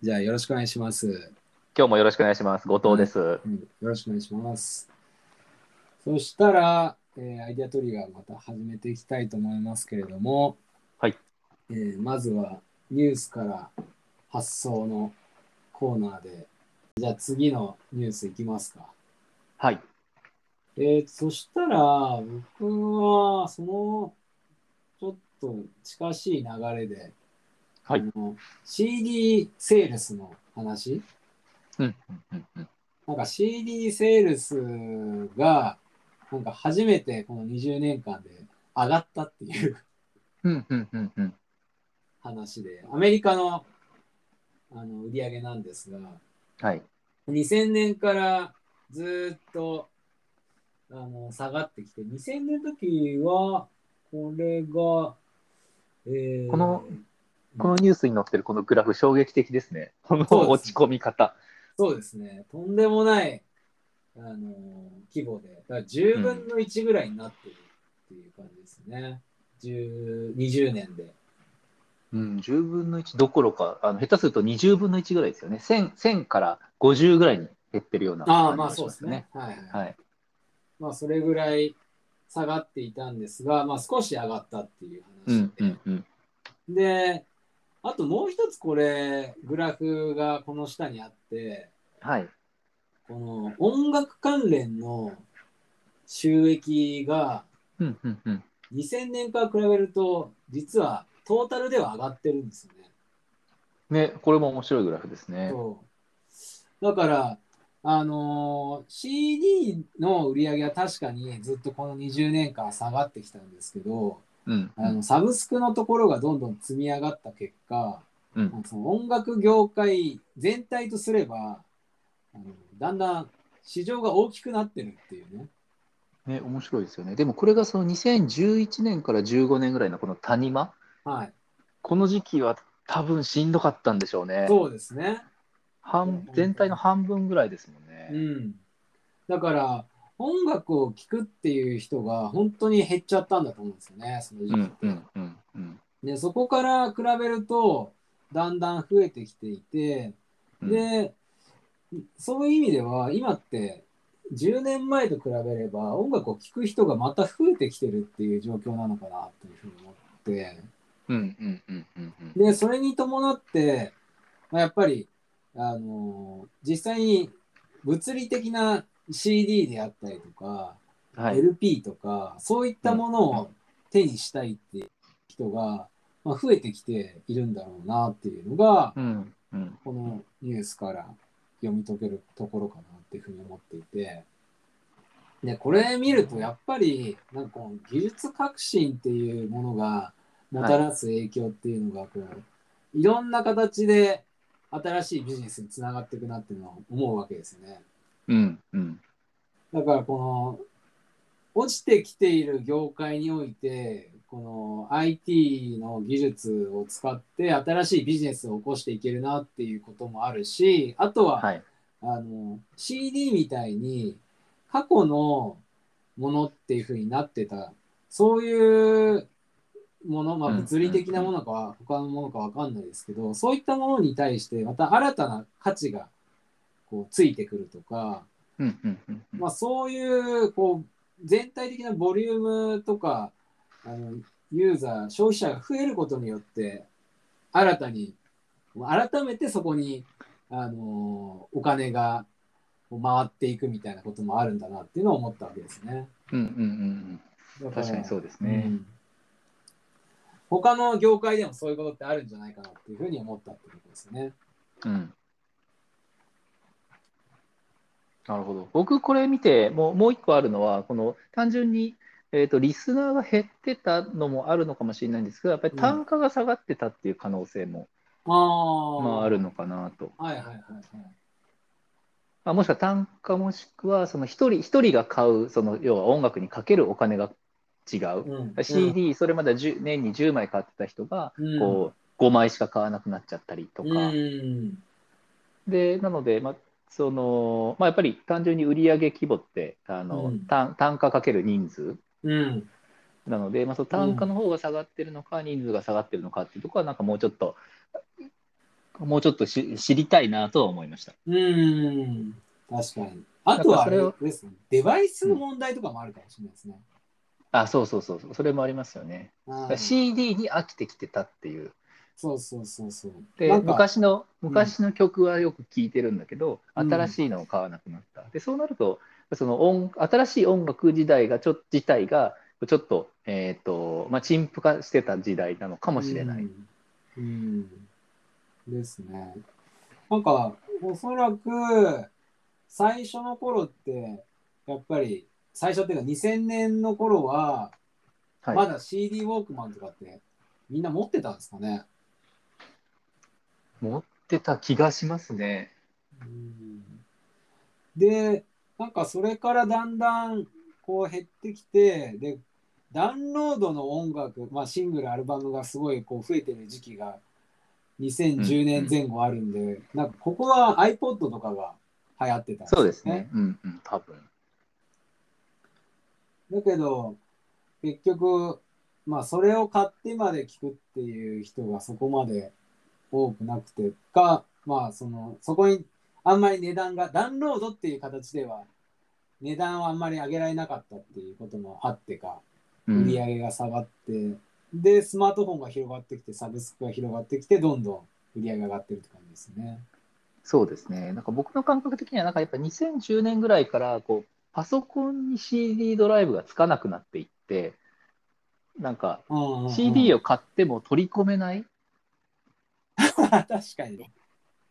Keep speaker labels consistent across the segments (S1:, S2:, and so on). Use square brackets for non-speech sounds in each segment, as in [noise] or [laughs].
S1: じゃあよろしくお願いします。
S2: 今日もよろしくお願いします。後藤です。
S1: うん、よろしくお願いします。そしたら、えーアイデアトリガーまた始めていきたいと思いますけれども、
S2: はい
S1: えーまずはニュースから発想のコーナーで、じゃあ次のニュースいきますか。
S2: はい。
S1: えーそしたら、僕は、その、ちょっと近しい流れで、
S2: はい
S1: あの CD セールスの話、
S2: うん。うんうん
S1: なんか CD セールスが、なんか初めてこの20年間で上がったっていう
S2: うんうんうんうん。
S1: 話で、アメリカのあの売り上げなんですが、
S2: はい。
S1: 2000年からずっとあの下がってきて、2000年の時は、これが、えー
S2: このこのニュースに載ってるこのグラフ、衝撃的ですね。この
S1: そうですね
S2: 落ち込み方。
S1: そうですね、とんでもない、あの規模で、だから10分の1ぐらいになってるっていう感じですね。10 20年で。
S2: うん、10分の1どころか、あの下手すると20分の1ぐらいですよね。1000, 1000から50ぐらいに減ってるような
S1: ああ、
S2: 感じ
S1: まあ
S2: がし
S1: そう
S2: ま
S1: ですね。。はい、はい。
S2: はい。
S1: まあそれぐらい下がっていたんですが、まあ少し上がったっていう
S2: う
S1: 話
S2: ん
S1: で。
S2: うんうん。
S1: で、あともう一つこれ、グラフがこの下にあって、
S2: はい。
S1: この音楽関連の収益が
S2: うんうんうん。
S1: 2000年から比べると、実はトータルでは上がってるんですよね。
S2: ね、これも面白いグラフですね。
S1: そうだから、あのー CD の売り上げは確かにずっとこの20年間下がってきたんですけど、
S2: うん。
S1: あのサブスクのところがどんどん積み上がった結果、
S2: うん
S1: あのその音楽業界全体とすればあのだんだん市場が大きくなってるっていうね。
S2: ね、面白いですよね。でもこれがその2011年から15年ぐらいのこの谷間、
S1: はい、
S2: この時期は多分しんどかったんでしょうね。
S1: そうですね。
S2: 半全体の半分ぐらいですもん
S1: う
S2: ね。
S1: ん、だから音楽を聴くっていう人が本当に減っちゃったんだと思うんですよね、その時期って。
S2: うんうん
S1: でそこから比べるとだんだん増えてきていて、
S2: うん。
S1: でそういう意味では今って10年前と比べれば音楽を聴く人がまた増えてきてるっていう状況なのかなというふうに思って
S2: うんうんうんうんうん。
S1: でそれに伴って、まあ、やっぱり、あの実際に物理的な CD であったりとか、
S2: はい。
S1: LP とかそういったものを手にしたいって人が、まあ、増えてきているんだろうなっていうのが
S2: うんうん。
S1: このニュースから読み解けるところかなっていうふうに思っていてでこれ見るとやっぱりなんかこう技術革新っていうものがもたらす影響っていうのがこういろんな形で新しいビジネスにつながっていくなっていうのは思うわけですよね。
S2: うんうん。
S1: だからこの落ちてきている業界においてこの IT の技術を使って新しいビジネスを起こしていけるなっていうこともあるしあとは、
S2: はい。
S1: あの CD みたいに過去のものっていうふうになってたそういうもの、まあ、
S2: うん
S1: 物理的なものかは他のものかわかんないですけどそういったものに対してまた新たな価値がこうついてくるとか
S2: うんうんうんうん。
S1: まあ、そういうこう全体的なボリュームとかあのユーザー消費者が増えることによって新たに改めてそこに、あのお金がこう回っていくみたいなこともあるんだなっていうのを思ったわけですね。
S2: うんうんうん
S1: だら
S2: うん。確かにそうです
S1: う
S2: ね。
S1: ん他の業界でもそういうことってあるんじゃないかなっていうふうに思ったってことですよね。
S2: うん。なるほど。僕これ見てもうもう一個あるのはこの単純にえー、とリスナーが減ってたのもあるのかもしれないんですけどやっぱり単価が下がってたっていう可能性も、
S1: ああ。
S2: まあ、あるのかなと
S1: はいはいはいはい。
S2: あもしくは単価もしくはその一人一人が買うその要は音楽にかけるお金が違う、
S1: うん
S2: CD それまで10年に10枚買ってた人が
S1: うん
S2: こう5枚しか買わなくなっちゃったりとか、
S1: うん
S2: でなので、まあそのまあ、やっぱり単純に売上規模ってあの、
S1: うん
S2: 単単価かける人数
S1: うん
S2: なので、まあ、その単価の方が下がってるのか、人数が下がってるのかっていうところはなんかもうちょっともうちょっとし知りたいなとは思いました。
S1: うん、確かに。あとはあれ
S2: なんか
S1: ですね、デバイスの問題とかもあるかもしれないですね。
S2: あ、そうそうそうそう、それもありますよね。
S1: うん
S2: CD に飽きてきてたっていう。
S1: そうそうそうそう。
S2: で
S1: なんか
S2: 昔の昔の曲はよく聴いてるんだけど、
S1: うん
S2: 新しいのを買わなくなった。でそうなるとその音新しい音楽時代がちょ自体がちょっと,、えーとまあ、陳腐化してた時代なのかもしれない。
S1: うん。うんですね。なんか、おそらく、最初の頃って、やっぱり、最初っていうか2000年の頃は、
S2: はい
S1: まだ CD ウォークマンとかって、みんな持ってたんですかね。
S2: 持ってた気がしますね。
S1: で、なんかそれからだんだんこう減ってきて、で、ダウンロードの音楽、まあシングル、アルバムがすごいこう増えてる時期が2010年前後あるんで、なんかここは iPod とかが流行ってたん
S2: そうですね。うんうん多分。
S1: だけど、結局、まあ、それを買ってまで聞くっていう人がそこまで多くなくてか、まあ、その、そこにあんまり値段が、ダウンロードっていう形では、値段はあんまり上げられなかったっていうこともあってか、
S2: う
S1: 売
S2: ん
S1: り上げが下がって、で、スマートフォンが広がってきて、サブスクが広がってきて、どんどん売り上げが上がってるって感じですね。
S2: そうですね。なんか僕の感覚的には、なんかやっぱ2010年ぐらいから、こう、パソコンに CD ドライブがつかなくなっていって、なんか
S1: うんうんうん
S2: CD を買っても取り込めないっ
S1: [laughs] 確かに。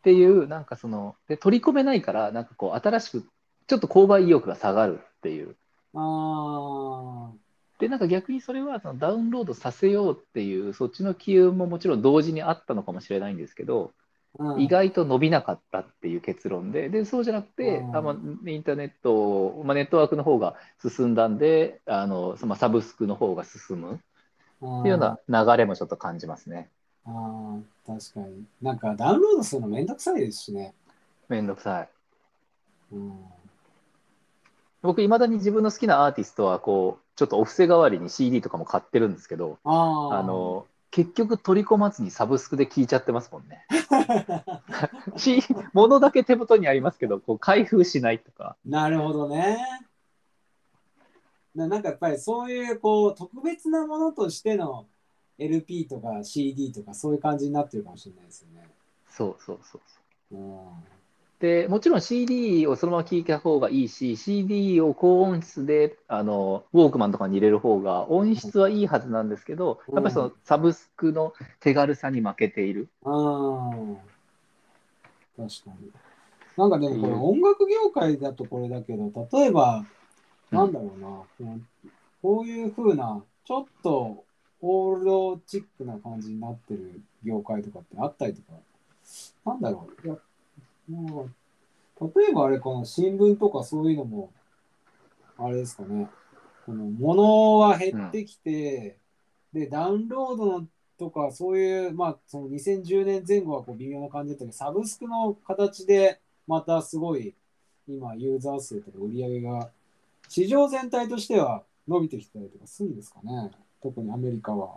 S2: ていう、なんかその、で、取り込めないから、なんかこう、新しく、ちょっと購買意欲が下がるっていう。
S1: ああ。
S2: で、なんか逆にそれはそのダウンロードさせようっていう、そっちの機運ももちろん同時にあったのかもしれないんですけど、
S1: うん
S2: 意外と伸びなかったっていう結論で、でそうじゃなくて、
S1: うん
S2: あまあ、インターネット、まあ、ネットワークの方が進んだんで、あのそのサブスクの方が進むっていうような流れもちょっと感じますね。
S1: ああ、確かに。なんかダウンロードするのめんどくさいですしね。
S2: めんどくさい。
S1: うん、
S2: 僕、いまだに自分の好きなアーティストはこう、ちょっとお布施代わりに CD とかも買ってるんですけど、
S1: ああ
S2: あの結局取り込まずにサブスクで聴いちゃってますもんね。
S1: [laughs]
S2: し物だけ手元にありますけど、こう開封しないとか。
S1: なるほどね。ななんかやっぱりそういうこう特別なものとしての LP とか CD とかそういう感じになってるかもしれないですよね。
S2: そうそうそう
S1: う
S2: そう。
S1: ん、
S2: でもちろん CD をそのまま聴いた方がいいし CD を高音質であのウォークマンとかに入れる方が音質はいいはずなんですけど
S1: うん
S2: やっぱりそのサブスクの手軽さに負けている
S1: うん確かに。なんかでもこれ音楽業界だとこれだけど、例えば、
S2: うん
S1: なんだろうな、こうこういう風な、ちょっとオールドチックな感じになってる業界とかってあったりとか、なんだろう。いやもう例えばあれかな、新聞とかそういうのも、あれですかね、この物は減ってきて、で、ダウンロードのとか、そういう、まあ、その2010年前後はこう微妙な感じだったけど、サブスクの形で、またすごい、今、ユーザー数とか売り上げが、市場全体としては伸びてきたりとかするんですかね、特にアメリカは。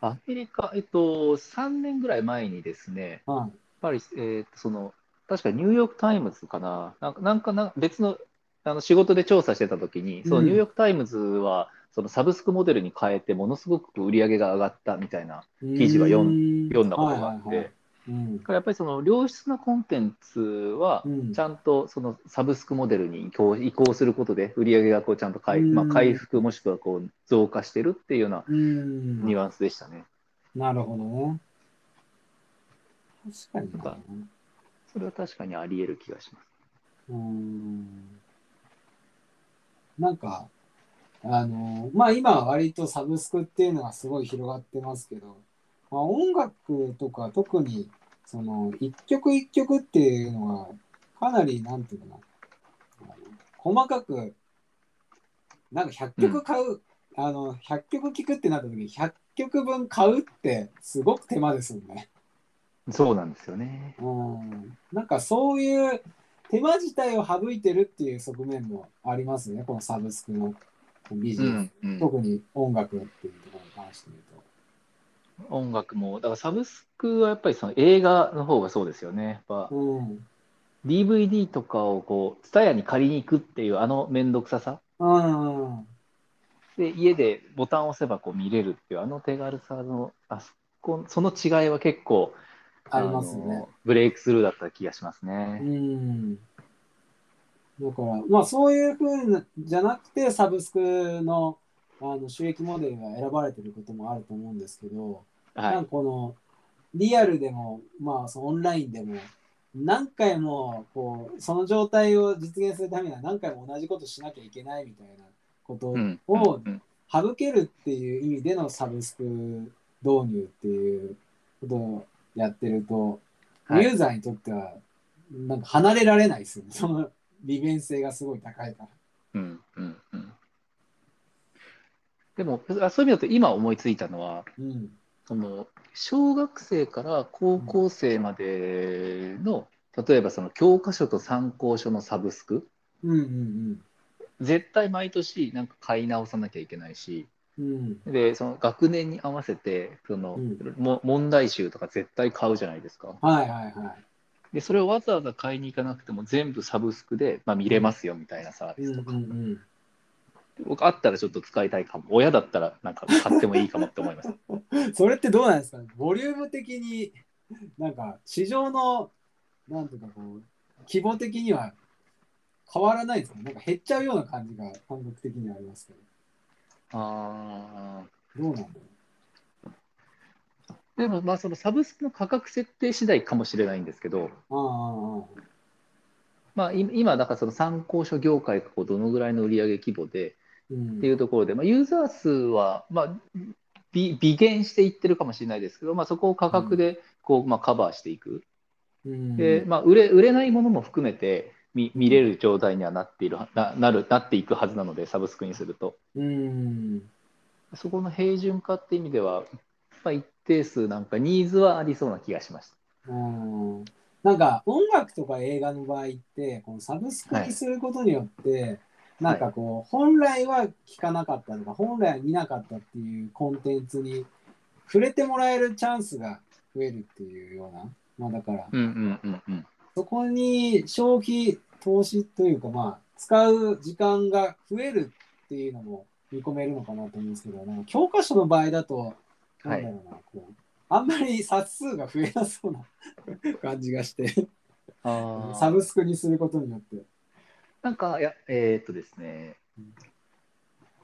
S2: アメリカ、えっと、3年ぐらい前にですねやっ
S1: はい。
S2: ぱり、えーその確かニューヨーク・タイムズかななんかなんかな別のあの仕事で調査してた時にそうの
S1: ん
S2: ニューヨーク・タイムズはそのサブスクモデルに変えてものすごく売り上げが上がったみたいな記事は読
S1: ん
S2: 読んだことがあって。
S1: はいはいはいうん
S2: だからやっぱりその良質なコンテンツは
S1: うん
S2: ちゃんとそのサブスクモデルに移行移行することで売り上げがこうちゃんと回,、
S1: うん
S2: まあ、回復もしくはこう増加してるっていうような
S1: うん
S2: ニュアンスでしたね。
S1: なるほどね。確か
S2: なんか
S1: に、ね。
S2: それは確かにあり得る気がします。
S1: うーん。なんか、あの、まあ今は割とサブスクっていうのがすごい広がってますけど、まあ、音楽とか特にその一曲一曲っていうのがかなりなんていうのかな、あの細かく、なんか100曲買う、あの、100曲聴くってなった時に100曲分買うってすごく手間ですよね。
S2: そうなんですよね。
S1: うんなんかそういう手間自体を省いてるっていう側面もありますね、このサブスクのビジネス。
S2: うん
S1: 特に音楽っていうところに関して言うと。
S2: 音楽も、だからサブスクはやっぱりその映画の方がそうですよね。やっぱ
S1: うん。
S2: DVD とかをこう、蔦屋に借りに行くっていうあの面倒くささ。
S1: うん。
S2: で、家でボタンを押せばこう見れるっていうあの手軽さの、あそこ、その違いは結構、
S1: ありますね
S2: の。ブレイクスルーだった気がします
S1: う
S2: ね。
S1: ん。だから、まあそういうふうなじゃなくて、サブスクのあの収益モデルが選ばれてることもあると思うんですけど、
S2: は
S1: なんか
S2: い。
S1: このリアルでも、まあそのオンラインでも、何回もこうその状態を実現するためには何回も同じことしなきゃいけないみたいなことを
S2: うん。
S1: を
S2: うんうん
S1: 省けるっていう意味でのサブスク導入っていうことをやってると、
S2: はい
S1: ユーザーにとってはなんか離れられないですよね。その利便性がすごい高いから。
S2: うんうんうんでもあそういう意味だと今思いついたのは
S1: うん。
S2: その小学生から高校生までの、例えばその教科書と参考書のサブスク
S1: うんうん
S2: 絶対毎年なんか買い直さなきゃいけないし
S1: うん。うん。
S2: でその学年に合わせてその、
S1: うん
S2: も問題集とか絶対買うじゃないですか
S1: はいはいは
S2: でそれをわざわざ買いに行かなくても全部サブスクで、まあ、見れますよみたいなサー
S1: い。
S2: ビスとか、
S1: うんうん
S2: 僕あったらちょっと使いたいかも親だったらなんか買ってもいいかもって思
S1: [laughs]
S2: います
S1: うん、それってどうなんですかねボリューム的になんか市場のなんていうかこう規模的には変わらないですかねなんか減っちゃうような感じが感覚的にはありますけ
S2: あ
S1: どどうなんだろう
S2: でもまあそのサブスクの価格設定次第かもしれないんですけど、
S1: ああ
S2: まあ、い今だからその参考書業界がこうどのぐらいの売上規模で
S1: うん
S2: っていうところで、まあ、ユーザー数はまあび微減していってるかもしれないですけど、まあ、そこを価格でこうまあカバーしていく、
S1: うん
S2: でまあ、売れ売れないものも含めて見見れる状態にはなっているななるなっていくはずなのでサブスクにすると。
S1: うん
S2: そこの平準化って意味では、まあ、一定数なんかニーズはありそうな気がしました。
S1: うんなんか音楽とか映画の場合ってこのサブスクにすることによって、なんかこう本来は聞かなかったとか本来は見なかったっていうコンテンツに触れてもらえるチャンスが増えるっていうようなまあだから
S2: うんうんうんうん。
S1: そこに消費投資というかまあ使う時間が増えるっていうのも見込めるのかなと思うんですけどなんか教科書の場合だとな
S2: は
S1: んだ
S2: い。
S1: ろうな、こうあんまり冊数が増えなそうな感じがして、
S2: あ
S1: サブスクにすることによって。
S2: なんか、いや、えーっとですね、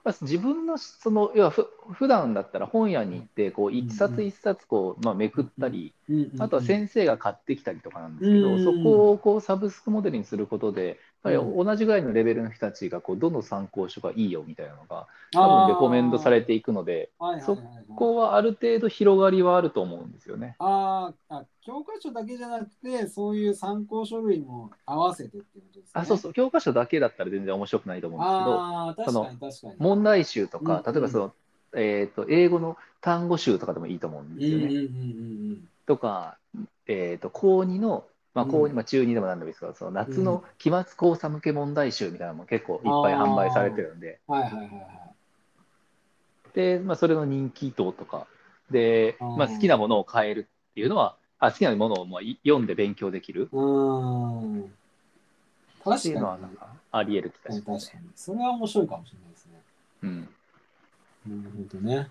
S2: まあ、自分の、その、要はふ、普段だったら本屋に行って、こう、一冊一冊、こう、まあ、めくったり、あとは先生が買ってきたりとかなんですけ
S1: うんうん
S2: ど、そこをこう、サブスクモデルにすることで、やっぱり同じぐらいのレベルの人たちが、こう、どの参考書がいいよみたいなのが、多分レコメンドされていくので、
S1: はいはいはいはい
S2: ここはある程度広がりはあると思うんですよね。
S1: あーあ、教科書だけじゃなくて、そういう参考書類も合わせてっていうことですね。
S2: あそうそう教科書だけだったら全然面白くないと思うんですけど
S1: ああ、確かに確かに。
S2: 問題集と
S1: う
S2: か
S1: んうん
S2: 例えばその、えー、と英語の単語集とかでもいいと思うんですよね。
S1: うんうんうんうん
S2: とか、えー、と高2の、まあ
S1: うん
S2: 高2まあ、中2でも何でもいいですけどその夏の期末考査向け問題集みたいなのも結構いっぱい販売されてるんで
S1: うん。はいはいはいは
S2: で、まあ、それの人気度とかで、
S1: あー
S2: まあ、好きなものを変えるっていうのはあ好きなものをまあい読んで勉強できる
S1: い。うーん。
S2: ってい
S1: 確
S2: うのは
S1: か
S2: なんかあり得る気が
S1: に。
S2: し
S1: 確
S2: ま
S1: か
S2: すね。
S1: に。それは面白いかもしれないですね。
S2: うん
S1: なるほどね。